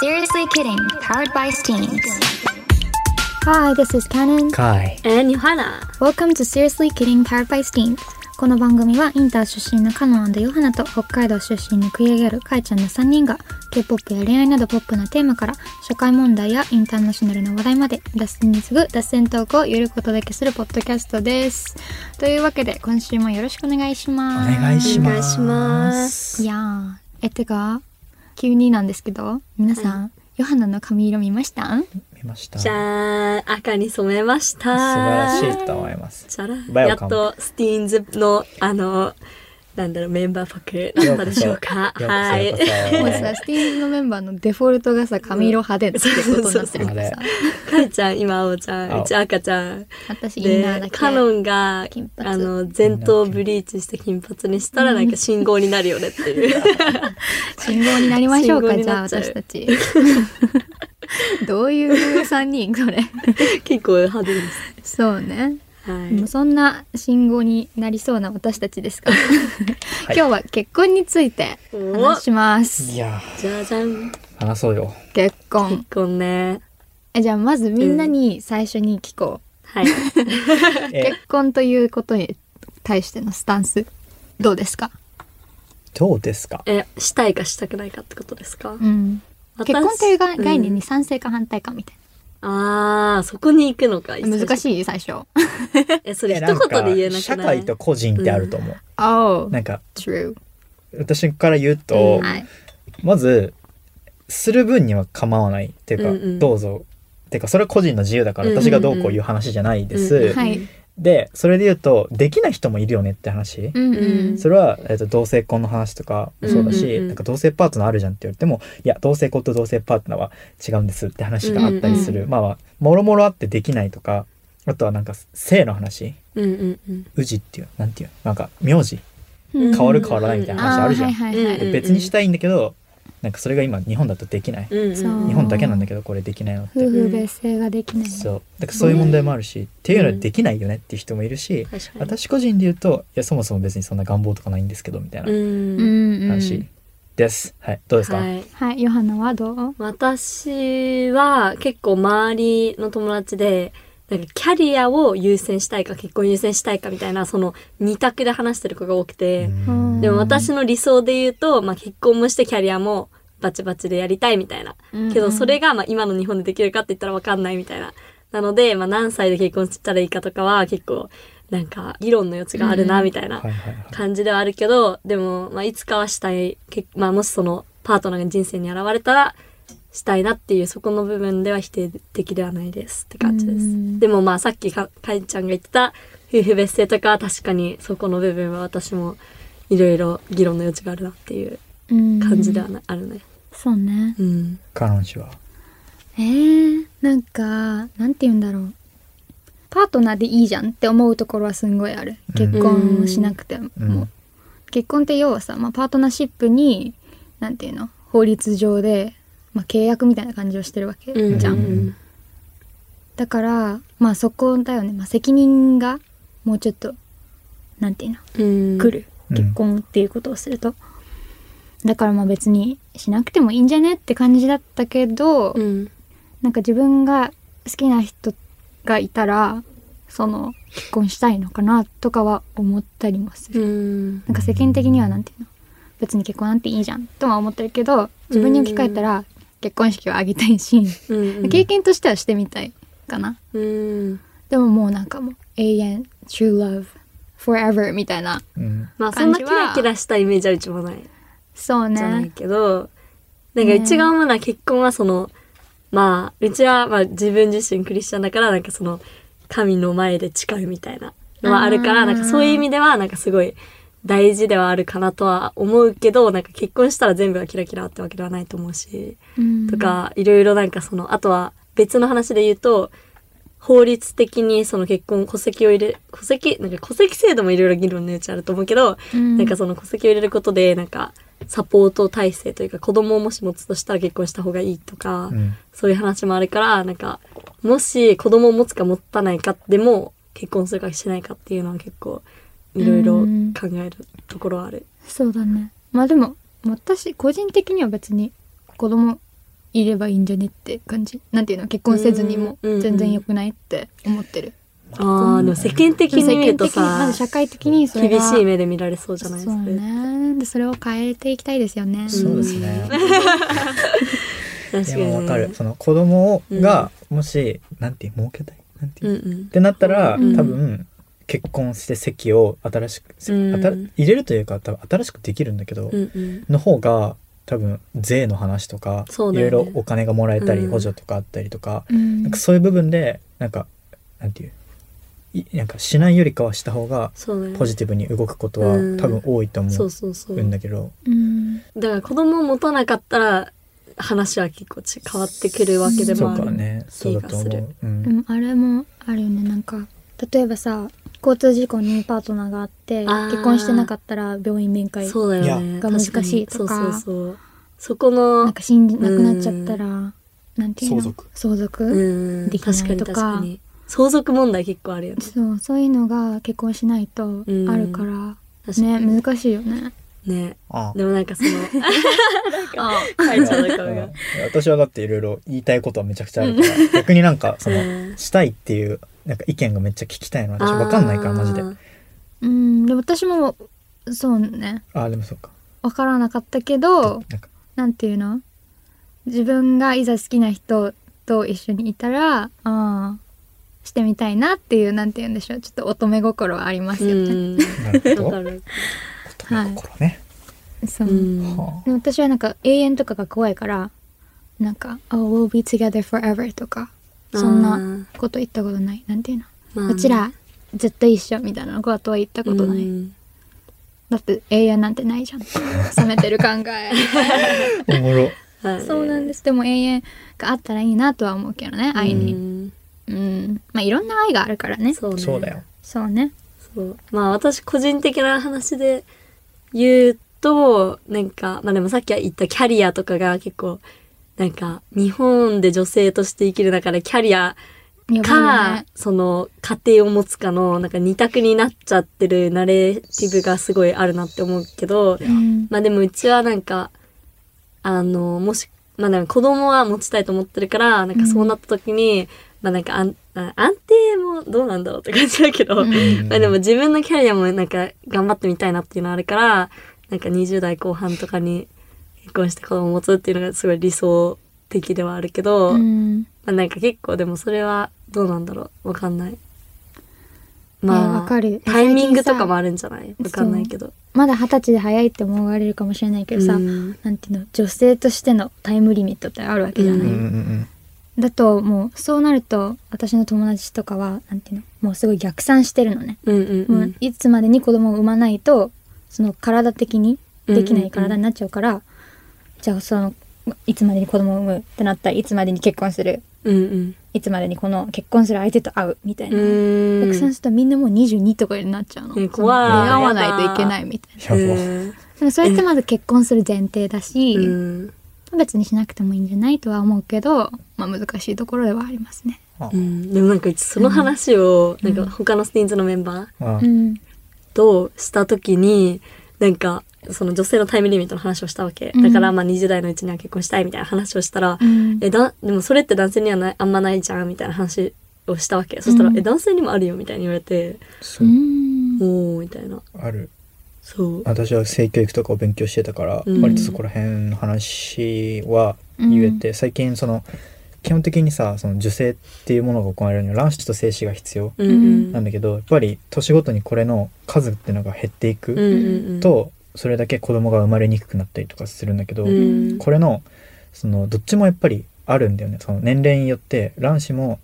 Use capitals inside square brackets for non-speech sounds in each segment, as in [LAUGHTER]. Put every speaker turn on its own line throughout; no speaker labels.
Seriously Kidding, powered by Steams.
Hi, this is Canon.
かい
And Yohana.
Welcome to Seriously Kidding Powered by Steams. この番組はインター出身のカノンヨハナと北海道出身のクイアギャルカイちゃんの3人が K-POP や恋愛などポップなテーマから社会問題やインターナショナルな話題まで脱線に次ぐ脱線トークをゆることだけするポッドキャストです。というわけで今週もよろしくお願いし
お
ます。
願いし
お願
ま
い
す
します
いやーえ、てか、急になんですけど、皆さん、ヨハナの髪色見ましたん
見ました
じゃあ、赤に染めました。
素
素
晴らしいと思います
じゃら、
バイ
や
オ
っ
カム
とスティーンズの、あの、なんだろう、メンバーパックだったでしょうか。
ようこそ
は
よ
い。
うこそ
もうさ、スティーンズのメンバーのデフォルトがさ、髪色派手ってことになってるからさ
あ。
かいちゃん、今、青ちゃん、
青
うち赤ちゃん。
私、インナーだ
で、
け。
カノンが
金、髪
あの、前頭ブリーチして金髪にしたら、なんか信号になるよねっていう。
信号になりましょう
信
か、
号に
じゃあ
なっちゃう
私た [LAUGHS] ち。どういう3人こ
[LAUGHS]
れ。
結構派手です。
そうね。
は
もう
い。
そんな信号になりそうな私たちですから。今日は結婚について話します。
いや
じゃじゃん。
ー話そう
[LAUGHS]
よ
結婚。
結婚ね。
えじゃあまずみんなに最初に聞こ
はい。
う。
え
結婚ということに対してのスタンス、どうですか
どうですか
え、したいかしたくないかってことですか
うん。結婚というが
私
概念
うん
に賛成か反対かみたい
ああ、そこに行くのか。
な。難
い。
しい最初。oh,
え、それ
え
一
な
言
んか
で言えなくない
社会と個人ってあると思う、なんか
[LAUGHS] true.
私から言うと、
うん
はい。
まずする分には構わないっていうか、
うんうん
どうぞっていうかそれは個人の自由だから
うんうんうん
私がどうこういう話じゃないです、
うんうん
はい。
でそれで言うとできない人もいるよねって話、
うんうん。
それは、えっと同性婚の話とかもそうだし、
うんうんうん
なんか同性パートナーあるじゃんって言われてもいや同性婚と同性パートナーは違うんですって話があったりする、
うんうん
まあまあもろもろあってできないとかあとはなんか性の話
うんうんうん。
氏っていうなんていうなんか名字
うん
変わる変わらないみたいな話あるじゃん、
ーはいはいはい
うん
別にしたいんだけどなんかそれが今日本だとできない、
うんうん
そううん
日本だけなんだけどこれできないのって、
夫婦別姓ができない。
そうだからそういう問題もあるし、っていうのはできないよねっていう人もいるし、
確かに。
私個人で言うといやそもそも別にそんな願望とかないんですけどみたいな
うん。
うんうん。
話です、はいどうですか、
はい。
はい、ヨハナはどう
私は結構周りの友達で、なんかキャリアを優先したいか結婚優先したいかみたいなその二択で話してる子が多くて、
ん
でも私の理想で言うと、まあ、結婚もしてキャリアもバチバチでやりたいみたいなけどそれがまあ今の日本でできるかって言ったらわかんないみたいな。なので、まあ何歳で結婚したらいいかとかは結構なんか議論の余地がある
う
なんみたいな
はいはいはい
感じではあるけど、でもまあいつかはしたい、けまあもしそのパートナーが人生に現れたらしたいなっていうそこの部分では否定的ではないですって感じで
う
す。
ん
でもまあさっきかかいちゃんが言ってた夫婦別姓とかは確かにそこの部分は私もいろいろ議論の余地があるなっていう感
感
じではな、あるね。
そうね。
うん。
カノン氏は。
えー、なんか、なんて言うんだろう。パートナーでいいじゃんって思うところはすんごいある。
うん
結婚をしなくても。
うん
結婚って要はさ、まあ、パートナーシップに、なんていうの、法律上で、まあ、契約みたいな感じをしてるわけ、
うん。
じゃ。
うんん
だから、まあそこだよね。まあ、責任がもうちょっと、なんていうの、
うん。
来る。
うん
結婚っていうことをすると。だからまあ別にしなくてもいいんじゃねって感じだったけど、
うん。
なんか自分が好きな人がいたらその結婚したいのかなとかは思ったりもする、
うん。
なんか世間的にはなんていうの別に結婚なんていいじゃんとは思ってるけど自分に置き換えたら結婚式はあげたいし、
うん。
経験としてはしてみたいかな
うん。
でももうなんかもう永遠 true love forever みたいな
うん
まあ、そ
感
んな
じ
キ
は
ラキラしたイメージはうちもない。
そう
じゃない
ね
けど、なんか
ね
うちが思うのは結婚はその、まあ、うちはまあ自分自身クリスチャンだから、なんかその、神の前で誓うみたいなのはあるか
あ
ら、
ー
なんかそういう意味では、なんかすごい大事ではあるかなとは思うけど、なんか結婚したら全部がキラキラってわけではないと思うし。
うん
とか、いろいろなんかその、あとは別の話で言うと、法律的にその結婚、戸籍を入れ、戸籍、なんか戸籍制度もいろいろ議論の余地あると思うけど、
うん
なんかその戸籍を入れることで、なんか、サポート体制というか、子供をもし持つとしたら結婚した方がいいとか、
うん
そういう話もあるから、なんか、もし子供を持つか持たないかでも、結婚するかしないかっていうのは結構、いろいろ考えるところはある。
そうだねまあでも私個人的には別に子供いればいいんじゃねって感じなんていうの結婚せずにも
うんうんうん
全然良くないって思ってる、
ああ、でも世間的に見ると
世間的にま
さ
ず、社会的にそれが
厳しい目で見られそうじゃないで
そうねでそれを変えていきたいですよね、
ん
そうですね。
す
いや
か。確かにね。
もうわかる。その子供がもし、なんていう儲けたいなんていうう、
ん
っ
うん。
てなったら、
うん
多分結婚して籍を新しく、せ
うん
あた入れるというか多分新しくできるんだけど、
うんうん。
の方が多分税の話とか、
そう
い
だよ
ろ
ね
いろお金がもらえたり、
うん
補助とかあったりとか、
うん
なんかそういう部分でなんかなんていういなんかしないよりかはした方が
そうだよね。
ポジティブに動くことは
うん
多分多いと思
そうそうそうう。
ん
だ
だけど、
うん
から子供を持たなかったら、話は結構ち変わってくるわけで
そう
もあ
か
る。
ねそうだと
気が
思
す
う。うん
でもあれもあるよねなんか例えばさ交通事故にパートナーがあって
あー
結婚してなかったら病院面会
そうだよね。
いや
が難しいとか
確にそうそうそう。そこの、
なんか死んじなくなっちゃったら、なんていうの
相続
相続、
うん
できない
確かに
とか
確かに。相続問題結構あるよね。
そうそういうのが結婚しないと
うん
あるから、
確かに
ね難しいよね。
ね。
あ
でもなん
[LAUGHS]
かその、
あ
会長だからが。
うん私はだっていろいろ言いたいことはめちゃくちゃあ
[LAUGHS]
るから逆になんかその
うん
したいっていうなんか意見がめっちゃ聞きたいの私わかんないからマジで
あー
うんで私もそうね
あーでもそうか
分からなかったけど
なんか
なんていうの自分がいざ好きな人と一緒にいたらああしてみたいなっていうなんて言うんでしょうちょっと乙女心はありますよね。
[LAUGHS] なる
うん。
ほど
わかる。
乙女心ね、
そうう、
ん。
は
でも私はなんか永遠とかが怖いからなんか「Oh, we'll be together forever」とかそん
あ
な
ー
こと言ったことないなんていうの、
まあね
うちらずっと一緒みたいなのことは言ったことない、
うん
だって永遠なんてないじゃん冷めてる考え
あおもろ
はい
そうなんですでも永遠があったらいいなとは思うけどね愛
う
に
ん
うん、まあいろんな愛があるからね
そうね
そうだよ
そうね
そうまあ私個人的な話で言うとなんかまあでもさっき言ったキャリアとかが結構なんか日本で女性として生きる中でキャリア
やばいよ
か、
ね
その家庭を持つかのなんか二択になっちゃってるナレーティブがすごいあるなって思うけど、 [LAUGHS]
うん
まあでもうちはなんか、あの、もし、まあでも子供は持ちたいと思ってるから、なんかそうなった時に、まあなんかあんあ安定もどうなんだろうって感じだけど、
うん
うん
まあでも自分のキャリアもなんか頑張ってみたいなっていうのあるから、なんか20代後半とかに結婚して子供を持つっていうのがすごい理想的ではあるけど、
う
ま
ん
あなんか結構でもそれはどうなんだろうわかんない。
ねわかる
タイミングとかもあるんじゃないわかんないけど。
まだ二十歳で早いって思われるかもしれないけどさ、
うん
なんていうの女性としてのタイムリミットってあるわけじゃな
う
い、
んうんうん
だともうそうなると私の友達とかはなんていうのもうすごい逆算してるのね、
うんうんうん
もういつまでに子供を産まないとその体的にできない体になっちゃうから、じゃあそのいつまでに子供を産むってなったらいつまでに結婚する
うんうん。
いつまでにこの結婚する相手と会うみたいな、
うん
逆算するとみんなもう22とかになっちゃうの、
え怖い
その出会わないといけないみたいな
やば、
うん
でもそれってまず結婚する前提だし、
うん
別にしなくてもいいんじゃないとは思うけど、まあ、難しいところではありますね。
あ
うんでもなんかうちその話を、なんか他のスティーンズのメンバー
あ
うん、
とした時に、なんかその女性のタイムリミットの話をしたわけ。
うん
だからまあ20代のうちには結婚したいみたいな話をしたら、
うん
えだでもそれって男性にはないあんまないじゃんみたいな話をしたわけ。そしたら、
うん
え男性にもあるよみたいに言われて、
そう
おーみたいな。
ある
そう。
私は性教育とかを勉強してたから、
うん
割とそこら辺の話は言えて、最近その基本的にさその受精っていうものが行われるには卵子と精子が必要
うんうん。
なんだけどやっぱり年ごとにこれの数っていうのが減ってい
うんう
く
んうん。
と、それだけ子供が生まれにくくなったりとかするんだけど、
うん
これのそのどっちもやっぱりあるんだよねその年齢によって卵子も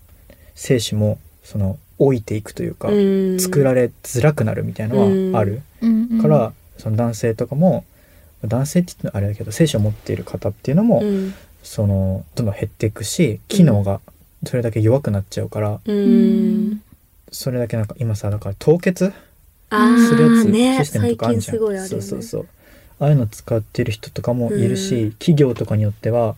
精子もその老いていくというか、
うん、
作られづらくなるみたいのはある。
うん
から、、その男性とかも男性って言ってもあれだけど精子を持っている方っていうのも、
うん
そのどんどん減っていくし機能がそれだけ弱くなっちゃうから、
う。
うん
それだけなんか今さだから凍結
あ
するや
ー
つ、
ね、
システムと
最
かある
近
じゃん、
すごいある
そ
よ
う
ね。
そうそうああいうの使ってる人とかもいるし、
うん
企業とかによっては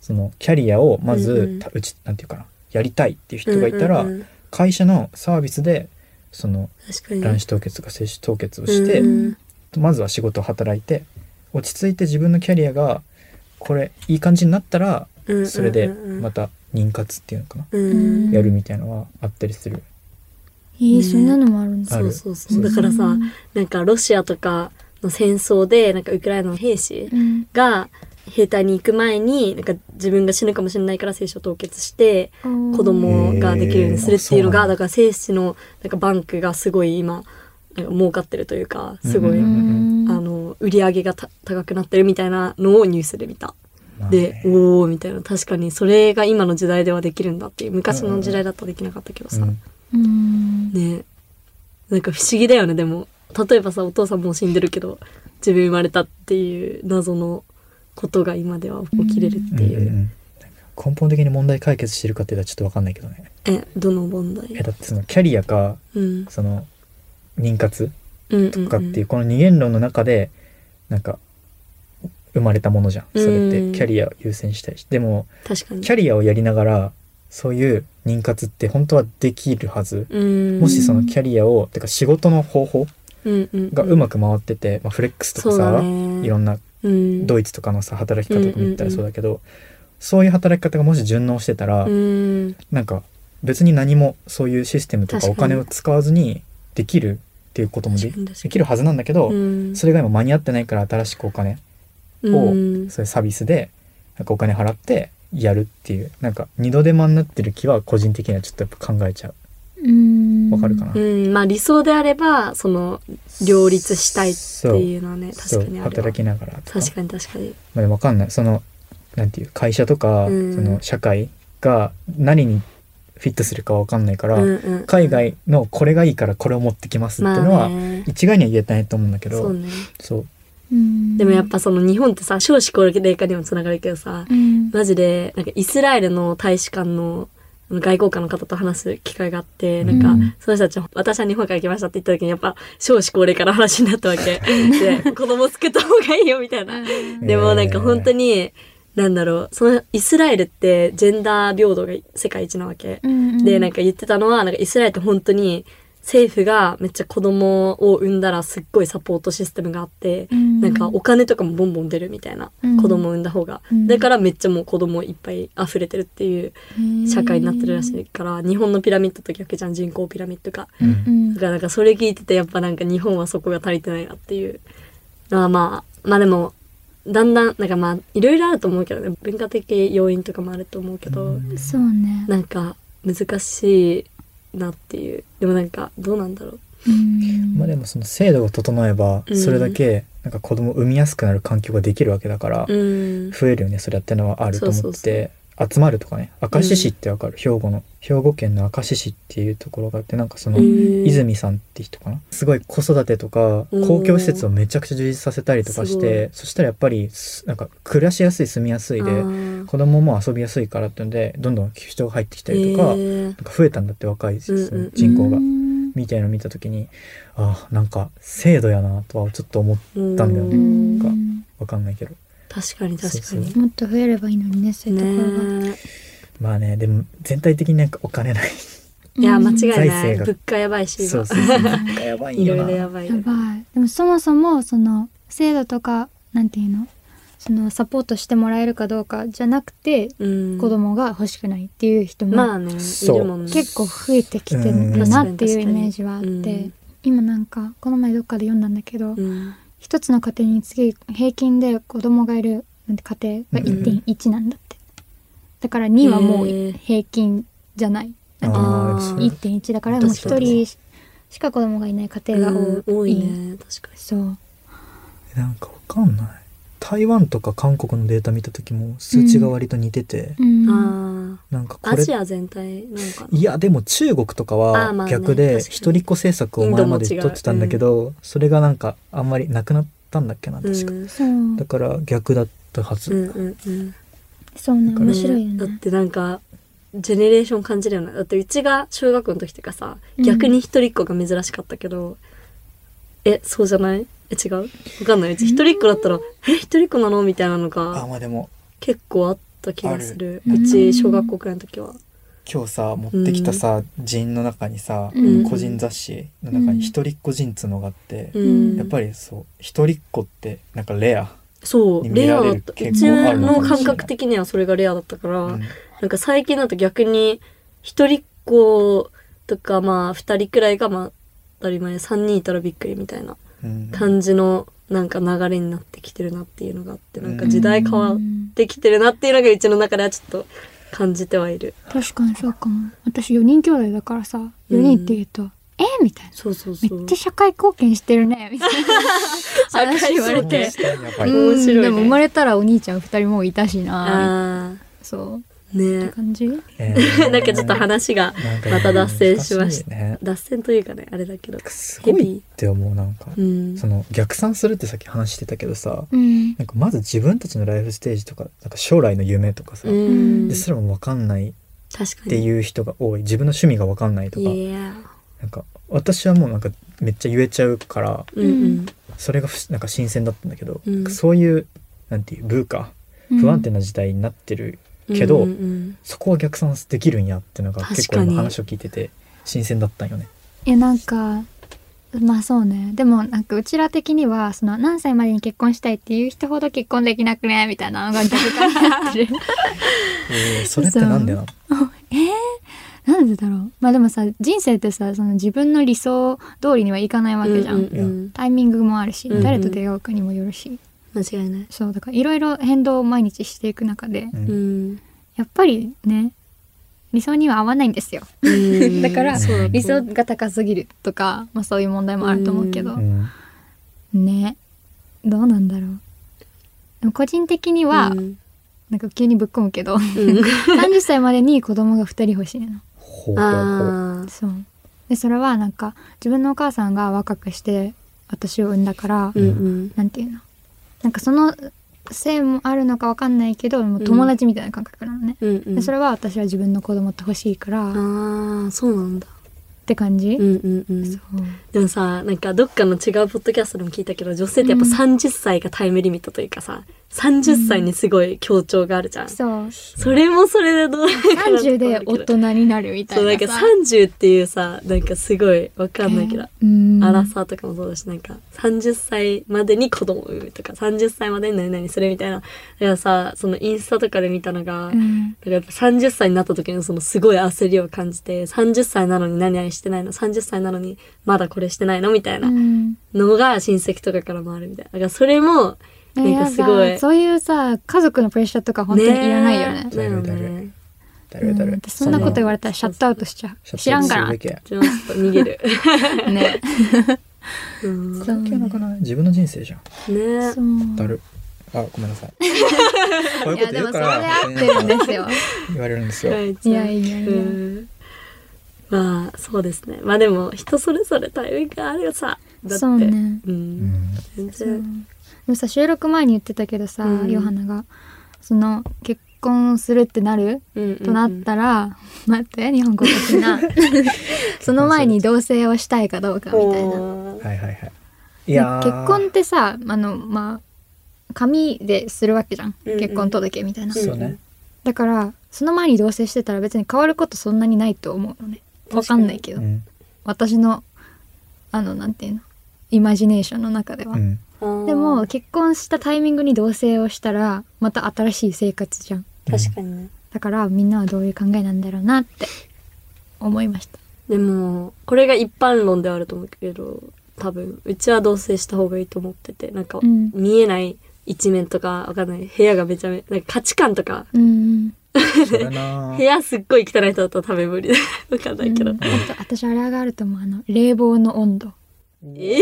そのキャリアをまず、
うんうん
たうちなんていうかなやりたいっていう人がいたら、
うんうんうん
会社のサービスでその
確かに
卵子凍結とか精子凍結をして、
うん
まずは仕事を働いて落ち着いて自分のキャリアがこれいい感じになったら
うん
それで
うんうん
また妊活っていうのかな、
うん
やるみたいのはあったりする
えーそんなのもあるんだ。
あ
そう
る
そうそうだからさなんかロシアとかの戦争でなんかウクライナの兵士
うん。
が兵隊に行く前になんか自分が死ぬかもしれないから精子を凍結して子
子
供ができるようにするっていうの
へ
が
ー
だから精子のなんかバンクがすごい今なんか儲かってるというかすごい、
うん
あの売り上げがた高くなってるみたいなのをニュースで見た。
まあ
で
ね、
おーみたいな確かにそれが今の時代ではできるんだっていう昔の時代だとできなかったけどさ、
うん
うん。
ねなんか不思議だよねでも例えばさお父さんもう死んでるけど自分生まれたっていう謎のことが今では起きれるっていう、
うんうんうんなんか根本的に問題解決してるかっていうのはちょっと分かんないけどね
えどの問題
えだってそのキャリアか
うん
その妊活
うん
とかっていうこの二元論の中でなんか生まれたものじゃんそれっ
うん
てキャリアを優先したりしでも
確かに
キャリアをやりながらそういう妊活って本当はできるはず
うん
もしそのキャリアをてか仕事の方法
うんうんうん
がうまく回ってて、まあ、フレックスとか
そうだ
さ、
ね
いろんな
うん
ドイツとかのさ働き方とかも言ったらそうだけど、そういう働き方がもし順応してたら、
うん
なんか別に何もそういうシステムとかお
確かに
金を使わずにできるっていうこともで
確かに確かに
できるはずなんだけど、
うん
それが今間に合ってないから新しくお金を、
うん
そういうサービスでなんかお金払ってやるっていうなんか二度手間になってる気は個人的にはちょっとやっぱ考えちゃう
うん。
わかるかな、
うんまあ理想であればその両立したいっていうのはね
そ
確か
う
にあるわ
働きながらとか
確かに確かに
まあ、でもわかんないそのなんていう会社とか、
うん
その社会が何にフィットするかわかんないから、
うんうん
海外のこれがいいからこれを持ってきますっていうの
まあ
は、
ね
一概には言えないと思うんだけど
そうね
そう
うん。
でもやっぱその日本ってさ少子高齢化にもつながるけどさ
うん。
マジでなんかイスラエルの大使館のあの外交官の方と話す機会があってなんか、
うん
その人たち私は日本から来ましたって言った時にやっぱ少子高齢化の話にな
[LAUGHS]
ったわけで子供作った方がいいよみたいな。でもなんか本当になんだろうそのイスラエルってジェンダー平等が世界一なわけ。
うん。
で、なん
か、
か言ってたのは、なんかイスラエルって本当に政府がめっちゃ子供を産んだらすっごいサポートシステムがあって、
うん
なんかお金とかもボンボン出るみたいな、
うん
子供を産んだ方が。
うん
だからめっちゃもう子供いっぱい溢れてるっていう社会になってるらしいから、日本のピラミッドと逆じゃん、人口ピラミッドが。
うん
うん。
だからなんかそれ聞いててやっぱなんか日本はそこが足りてないなっていうのはまあ、まあでも、だんだん、なんかまあ、いろいろあると思うけどね、文化的要因とかもあると思うけど、
そうね。
なんか難しいなっていうでもなんかどうなんだろう
うん
まあでもその制度が整えば
うん
それだけなんか子供を産みやすくなる環境ができるわけだから、
うん
増えるよねそれやってのはあると思ってて
そうそう
集まるとかね明石市ってわかる、兵庫の兵庫県の明石市っていうところがあってなんかその、
うん
泉さんって人かなすごい子育てとか
うん
公共施設をめちゃくちゃ充実させたりとかし
すごい
てそしたらやっぱりすなんか暮らしやすい住みやすい
あ
で
ー
子供も遊びやすいからってのでどんどん人が入ってきたりとか,、
えー
なんか増えたんだって若いそ
うんうん
の人口が、
うん
みたいなの見た時にあーなんか制度やなとはちょっと思っ
うん
たんだよね
うん
なんかわかんないけど
確かに確か
そう
に
もっと増えればいいのにね、そういうところが。
ね
まあねでも全体的になんかお金ない
いや間違
財
いない
政が
物価やばいし
そうそ
今
うそうなんかやばい
い
よ
ろい
な
[LAUGHS] ろやばい
やばい。でもそもそもその制度とかなんていうの、そのサポートしてもらえるかどうかじゃなくて、
うん
子供が欲しくないっていう人
ま
も
あねい
そう
るもんね
結構増えてきてるんだなっていうイメージはあって、
うん確かに確かにうん
今なんかこの前どっかで読んだんだけど、
うん
一つの家庭に次平均で子供がいるなんて家庭が1.1なんだって。だから2はも
へー
う平均じゃない。だって
あー
あー
そう
1.1だからもう一人しか子供がいない家庭が
うん
多
多
い。
いね確かに
そう。
なんかわかんない台湾とか韓国のデータ見た時も数値が割と似てて、
うん。
あ
なんか
あ
こ
ア
れ
ジア全体なのかない
やでも中国とか
あー
は
まあね
逆で
確かに
一人っ子政策を前まで取ってたんだけど、それがなんかあんまりなくなったんだっけな確か、
うん
そう
だ。から逆だったは
う
ず、
んうんうん
そうね。面白い
ね
よ
だっ
ね。
てなんかジェネレーション感じるよねだってうちが小学校の時とかさ
うん
逆に一人っ子が珍しかったけど、えそうじゃないえ違うわかんないうち一人っ子だったら、え一人っ子なのみたいなの
あ
が
まあでも
結構あった気がする
ある
う
うん
ち小学校くらいの時は
今日さ持ってきたさ人員の中にさ、
うん
個人雑誌の中に一人っ子人っつうのがあって、
うん
やっぱりそう一人っ子ってなんかレア
そう、
見
レア
ら
だ
れ
っ
る
た。う
傾
ち
向あるのか
の
もしれない
感覚的にはそれがレアだったから、
うん
なんか最近だと逆に、一人っ子とか、まあ、二人くらいが、まあ、当たり前、三人いたらびっくりみたいな
うん
感じの、なんか流れになってきてるなっていうのがあって、なんか時代変わってきてるなっていうのがうちの中ではちょっと感じてはいる。
確かにそうかも私4人兄弟だからさ4人って言うと「えみたいな
そうそう
「め
そう。
っちゃ社会貢献してる
[LAUGHS]
ね」みたいな話言われて。
やっぱり
面白いね
うんでも生まれたらお兄ちゃん2人もういたしな
あ
そう
あ、
っ
ね
て感じ
え
え。
ー
なんかちょっと話が
なんか
また脱線しまし
難いね
た。脱線というかね、あれだけど。
すごいって思うなんか、
うん。
その逆算するってさっき話してたけどさ
うん
なんかまず自分たちのライフステージとかなんか将来の夢とかさ、
うん
で。それも分かんないっ
確かに。
ていう人が多い自分の趣味が分かんないとか、
いや
なんか私はもうなんかめっちゃ言えちゃうから
うんうん
それがふなんか新鮮だったんだけど、
うん
なんかそういうなんていう文化不安定な時代になってる、
うん
けど
うんうん
そこは逆算できるんやってのが結構
確か
今
に
話を聞いてて新鮮だったんよね。
えなんかまあそうねでもなんかうちら的にはその何歳までに結婚したいっていう人ほど結婚できなくねみたいなのが逆にな
[LAUGHS]
ってる
えーそれってなんでなの
なんでだろうまあでもさ人生ってさその自分の理想通りにはいかないわけじゃん、
うんうんうん
タイミングもあるし、
うんうん
誰と出会うかにもよるし
間違いない。
そうだからいろいろ変動を毎日していく中で、
う
うんん。
やっぱりね理想には合わないんですよ、
うん
だから
[LAUGHS] そうだと思う
理想が高すぎるとか、まあ、そういう問題もあると思うけど、
うん
ねどうなんだろうでも個人的には、
うん
なんか急にぶっ込むけど
うん
30歳までに子供が2人欲しいの
ほうほうほう
あー
そうでそれはなんか自分のお母さんが若くして私を産んだから、
うんうん
なんていうのなんかそのせいもあるのかわかんないけどもう友達みたいな感覚なのね、
うんう
で
ん
それは私は自分の子供って欲しいから、っ
ああそうなんだ。
て感じ、
うんうんうん。
そう
でもさなんかどっかの違うポッドキャストでも聞いたけど女性ってやっぱ
うん
30歳がタイムリミットというかさ30歳にすごい強調があるじゃん。
そう
それもそれでどう
30で大人になるみた
そうなん
い
か
なさ
30っていうさなんかすごいわかんないけど、
うん
アラサーとかもそうだしなんか30歳までに子供を産むとか30歳までに何々するみたいなだからさそのインスタとかで見たのが、
う
だか
ん
らやっぱ30歳になった時のそのすごい焦りを感じて30歳なのに何々してないの30歳なのにまだこれしてないのみたいな
うん
のが親戚とかからもあるみたいなだからそれもなんかすごい
やだそういうさ家族のプレッシャーとか本当にいらないよね
だよ
だいぶだい
ね
だ
う
る
ん
だる
私そんなこと言われたらシ
そ
ャ
んな
ットアウトしちゃ
シ
う
ャット
知らんか
す
ら
るべきや
ちょっと逃
[LAUGHS]
げる、
ね
うん、ね
関係なくない自分の人生じゃん
そう
だるあごめんな
[LAUGHS]
さいこういう
いや
こと
で
言
も
う
そ
か
れで
ら
合ってるんですよ
言われるんですよ
い
いやいやいや
うんまあそうですねまあでも人それぞれタイミングがあるよさだって
そうね
う
う
んん
全
そうで
然
もさ収録前に言ってたけどさ、
うん
ヨハナがその結婚するってなる
うん
となったら、待って日本語的なその前に同棲をしたいかどうかみたいな
な
はいはいはいい
で
やー
結婚ってさあのまあ紙でするわけじゃん、
うんうん
結婚届みたいな、
そうね
だからその前に同棲してたら別に変わることそんなにないと思うのねわかんないけ
う
ど、
ん
私のあのなんていうのイマジネーションの中では、
うん
でも結婚したタイミングに同棲をしたらまた新しい生活じゃん
確かにね
だからみんなはどういう考えなんだろうなって思いました
でもこれが一般論ではあると思うけど多分うちは同棲した方がいいと思っててなんか
うん
見えない一面とかわかんない部屋がめちゃめなんか価値観とか
うん
それ
[LAUGHS]
な
部屋すっごい汚い人だったら多分無理だわかんないけど、
うんあと私あれがあると思うあの冷房の温度
え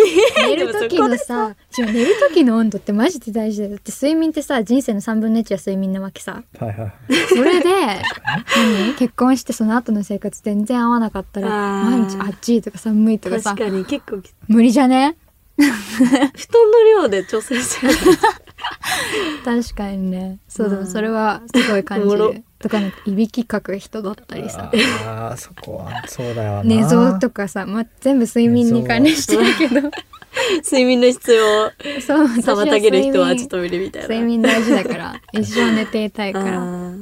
寝る時のさ違う寝る時の温度ってマジで大事だよだって睡眠ってさ人生の3分の1は睡眠なわけさ
はいはい
それ
[LAUGHS]
で何結婚してその後の生活全然合わなかったら
あー
毎日暑いとか寒いとか
ー
さ
確かに結構き
無理じゃね
布団の量で調整してる
確かにねそうで
う
も
ん
それはすごい感
おも
じ
ろ
るとかなんかいびきかく人だったりさ
あーそこはそうだよな
寝相とかさ、まあ、全部睡眠に関連してる
[LAUGHS]
けど
睡眠の質を
そう私は
妨げる人はちょっと無理みたいな。
睡眠睡眠大事だ
[LAUGHS]
から一生寝ていたい
あ
から
ー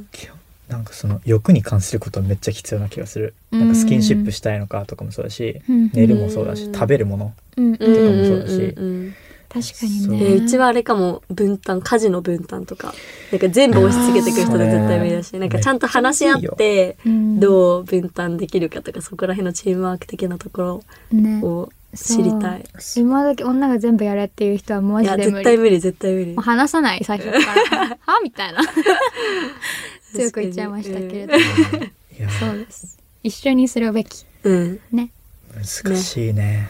なんかその欲に関することめっちゃ必要な気がする
うん
なんかスキンシップしたいのかとかもそうだし
うん
寝るもそうだし食べるもの
うん
うん
とかも
う
そ
ん
うだし
うん
確かに
そう
ね
えーうちはあれかも分担家事の分担とかなんか全部押し付けてくる人が絶対無理だし
あー
なんかちゃんと話し合って
うん
どう分担できるかとかそこら辺のチームワーク的なとこ
ね
ろを知りたい。
今時女が全部やれっていう人はマ
い
ジ
や
で無
絶
理
対無理絶対無理
もう。話さない最初から
[LAUGHS]
はみたいな強く言っちゃいましたけれど、
いや
そうです一緒にするべき
うん
ね
難しいね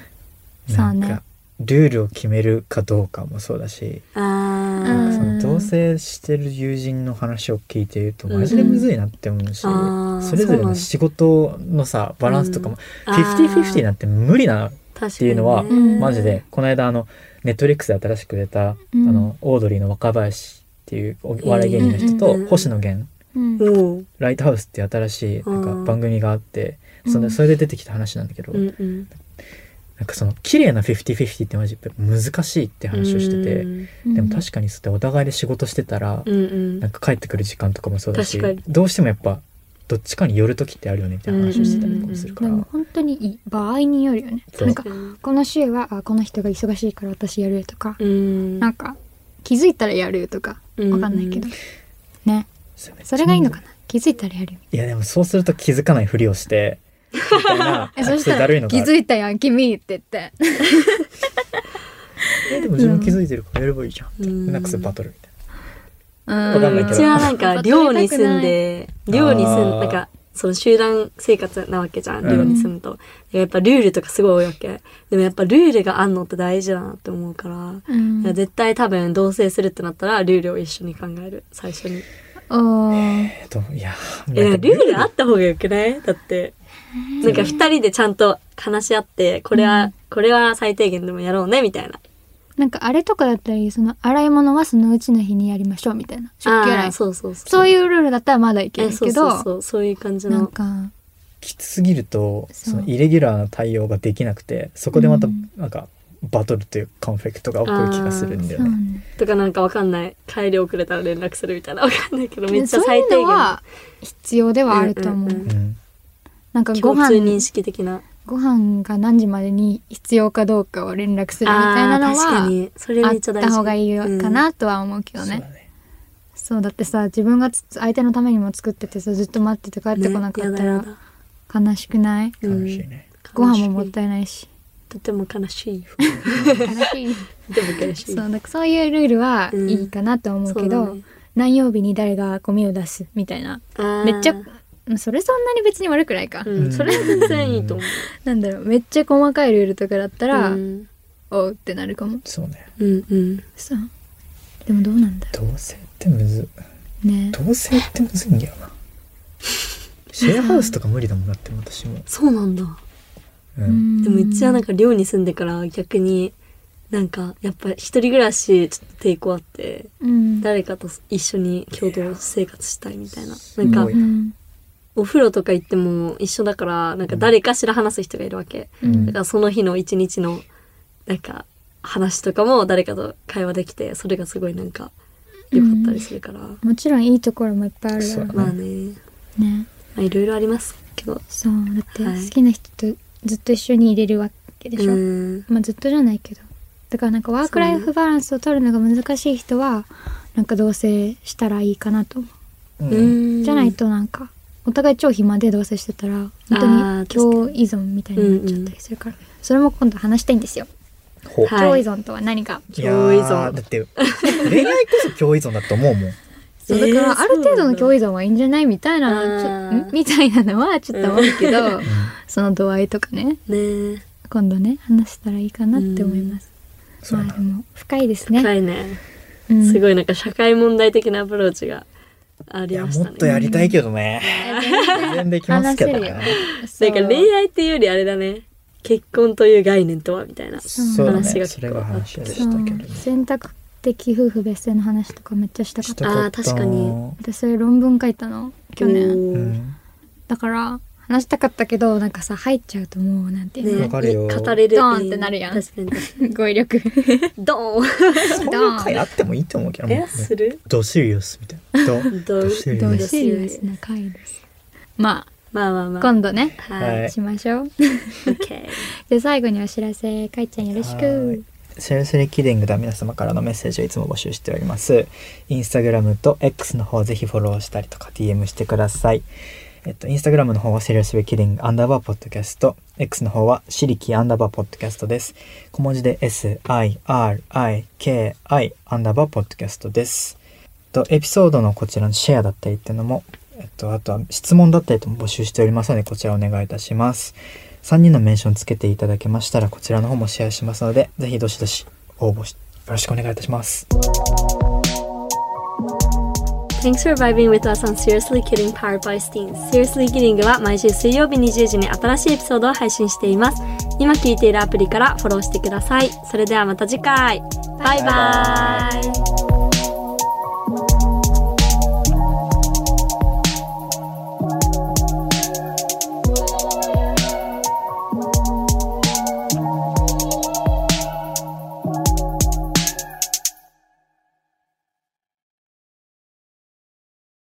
ね
なん
そうね
かルールを決めるかどうかもそうだし、
あ
そ
うん
の同棲してる友人の話を聞いているとマジでむずいなって思うし、
うんあー
それぞれ
そうなん
の
だ
仕事のさバランスとかも、
あ
50-50なんて無理な
ー
っていうのは
確かにね
マジでこの間あのネットフリックスで新しく出た、
うん
あのオードリーの若林っていうお笑い芸人の人と、
うん
星野源
うん
もう
ライトハウスっていう新しいなん
うん
か番組があって、それ
うん
それで出てきた話なんだけど、
うんうん
なんかその綺麗な50-50ってマジで難しいって話をしてて、
うん
でも確かにそうやってお互いで仕事してたら、
うん
なんか帰ってくる時間とかもそうだし
確かに
どうしてもやっぱどっちかに寄る時ってあるよねみたいな話をしてたりとかもするか
で
ら、
も本当にいい場合によるよね
そう
なんか
うん
この週はあこの人が忙しいから私やるとか、
うん
なんか気づいたらやるとか
うん
わかんないけど、ねそれがいいのかな気づいたらやるよ
いやでもそうすると気づかないふりをしてみたいな
[LAUGHS] えそ
あ
し
それ
た
だるい
ら
の
気
か
づいたやん君って言って
えでも自分気づいてるからやればいいじゃんって、
うん
なんかそういうバトルみたい
うん
[LAUGHS] わかんな
う
いけど
ちはなんか寮に住んで寮に住ん
あー
なんかその集団生活なわけじゃん
うん
寮に住むと、やっぱルールとかすごい多いわけでもやっぱルールがあんのって大事だなって思うから、
うん
いや絶対多分同棲するってなったらルールを一緒に考える最初に
おー
なえっといや
え
な
ル
んか
ールあった方がよくないだってなんか2人でちゃんと話し合ってこれは、これは最低限でもやろうねみたいな
なんかあれとかだったりその洗い物はそのうちの日にやりましょうみたいな食器洗
あー
いそ
そうそうそう
ういうルールだったらまだいけ
え
る
そう
け
そ
ど
うそうそういう感じ
なん
の
か
きつすぎると
そう
そのイレギュラーな対応ができなくてそこでまた
うん
なんかバトルというかコンフリクトが起こる気がするんだ
そ
よ
う
ね。
ね
とかなんかわかんない帰り遅れたら連絡するみたいなわかんないけどめっち
そ
ゃ
う
最
いう
低限
のは必要ではあると思う,、
うんうんうん
うん
なんかご
共通認
飯
識的な
ご飯が何時までに必要かどうかを連絡するみたいな
あ
の
ー確か
は
にそれ
あ
め
っ
っちゃ大
た
事
方がいいかなとは思うけど
そう
ね、
だね
そうだってさ自分がつ相手のためにも作っててさずっと待ってて帰ってこなかったら悲しくない、
楽しいね。
ご飯ももったいない
[LAUGHS]
し
いとても悲しい
悲しい
とても悲し
そ
いう
なんかそういうルールはいいかなとは思うけど、
うんそうだね
何曜日に誰がゴミを出すみたいなめっちゃうんそれそんなに別に悪くないか、
うんそれは全然いいと思う
なんだろうめっちゃ細かいルールとかだったら、
うん
おうってなるかも
そうね。
うんうん
そうでもどうなんだろ
同棲ってむず
うね
同棲ってむずいんだよな。シェアハウスとか無理だもんだって私も。
そうなんだ
う。
うんん
でもうちはなんか寮に住んでから逆になんかやっぱ一人暮らしちょっと抵抗あって
うん
誰かと一緒に共同生活したいみたいな
す
なんか
ごい
うん
お風呂とか行っても一緒だからなんか誰かしら話す人がいるわけ
うん
だからその日の一日のなんか話とかも誰かと会話できてそれがすごいなんか良かったりするから、
もちろんいいところもいっぱいあるだろう
そう
まあね
ね
まあいろいろありますけど
そうだって
はい
好きな人とずっと一緒に入れるわけでしょ、
うん
まあずっとじゃないけどだからなんかワークライフバランスを取るのが難しい人はなんか同棲したらいいかなと思う、
うん
じゃないとなんかお互い超暇で同棲してたら本当
あ
に
ー確
共依存みたいになっちゃったりするから、それも今度話したいんですよ
ほう
はい
共依存とは何か、
いや
共依存
ーだって恋愛こそ共依存だと思うもん。
そうだか
えー
らある程度の
そう
共
なんだ
依存はいいんじゃないみたい
あ
な
ー
ちょんみたいなのはちょっと思うけ
[LAUGHS]
ど、その度合いとかね
ね
今度ね話したらいいかなって思います、
そう
まあ
な
でも深いですね。
深いね
うん
すごいなんか社会問題的なアプローチがあ
い
り
や
まし
も
た
っとや
ね
りたいけどね。
え全然
全然できますけどね
話。
なんか恋愛っていうよりあれだね結婚という概念とはみたいな
そうだ
話
ね。
が結構
それが話でし
そう
たけどね。
選択的夫婦別姓の話とかめっちゃしたかっ
した
た。
か
あー
った
確かに
私それ論文書いたの去年。
お
う
ー
ん。
だから話したかったけどなんかさ入っちゃうともうなんていう
ね
わかるよ
語れる
ドーンってなるやん
確
[LAUGHS]
かに確か
の、語彙力。
にドーン
そういう回あってもいいと思うけど。もう
え
ね
する
ドシリウスみたいな。ド
ド
ドシリ
ど
ウ
う
ス。
シリアスな回です。ま
まあまあ
あ
まあ
今度ね
は
はいい
しましょう。
OK
で最後にお知らせかいちゃんよろし
はー
く
い。シェルシェリキリングでは皆様からのメッセージをいつも募集しております。インスタグラムと X の方ぜひフォローしたりとか DM してください。えっと、インスタグラムの方はシェルシェリキリングアンダーバーポッドキャスト、X の方はシリキアンダーバーポッドキャストです。小文字で SIRIKI アンダーバーポッドキャストです。えっと、エピソードのこちらのシェアだったりっていうのも、えっと、あとは質問だったりとも募集しておりますので、こちらお願いいたします。3人のメンションつけていただけましたらこちらの方もシェアしますのでぜひどしどし応募しよろしくお願いいたします
Thanks for vibing with us on Seriously Kidding Powered by Steens. Seriously Kidding は毎週水曜日20時に新しいエピソードを配信しています。今聞いているアプリからフォローしてください。それではまた次回。バイバイ。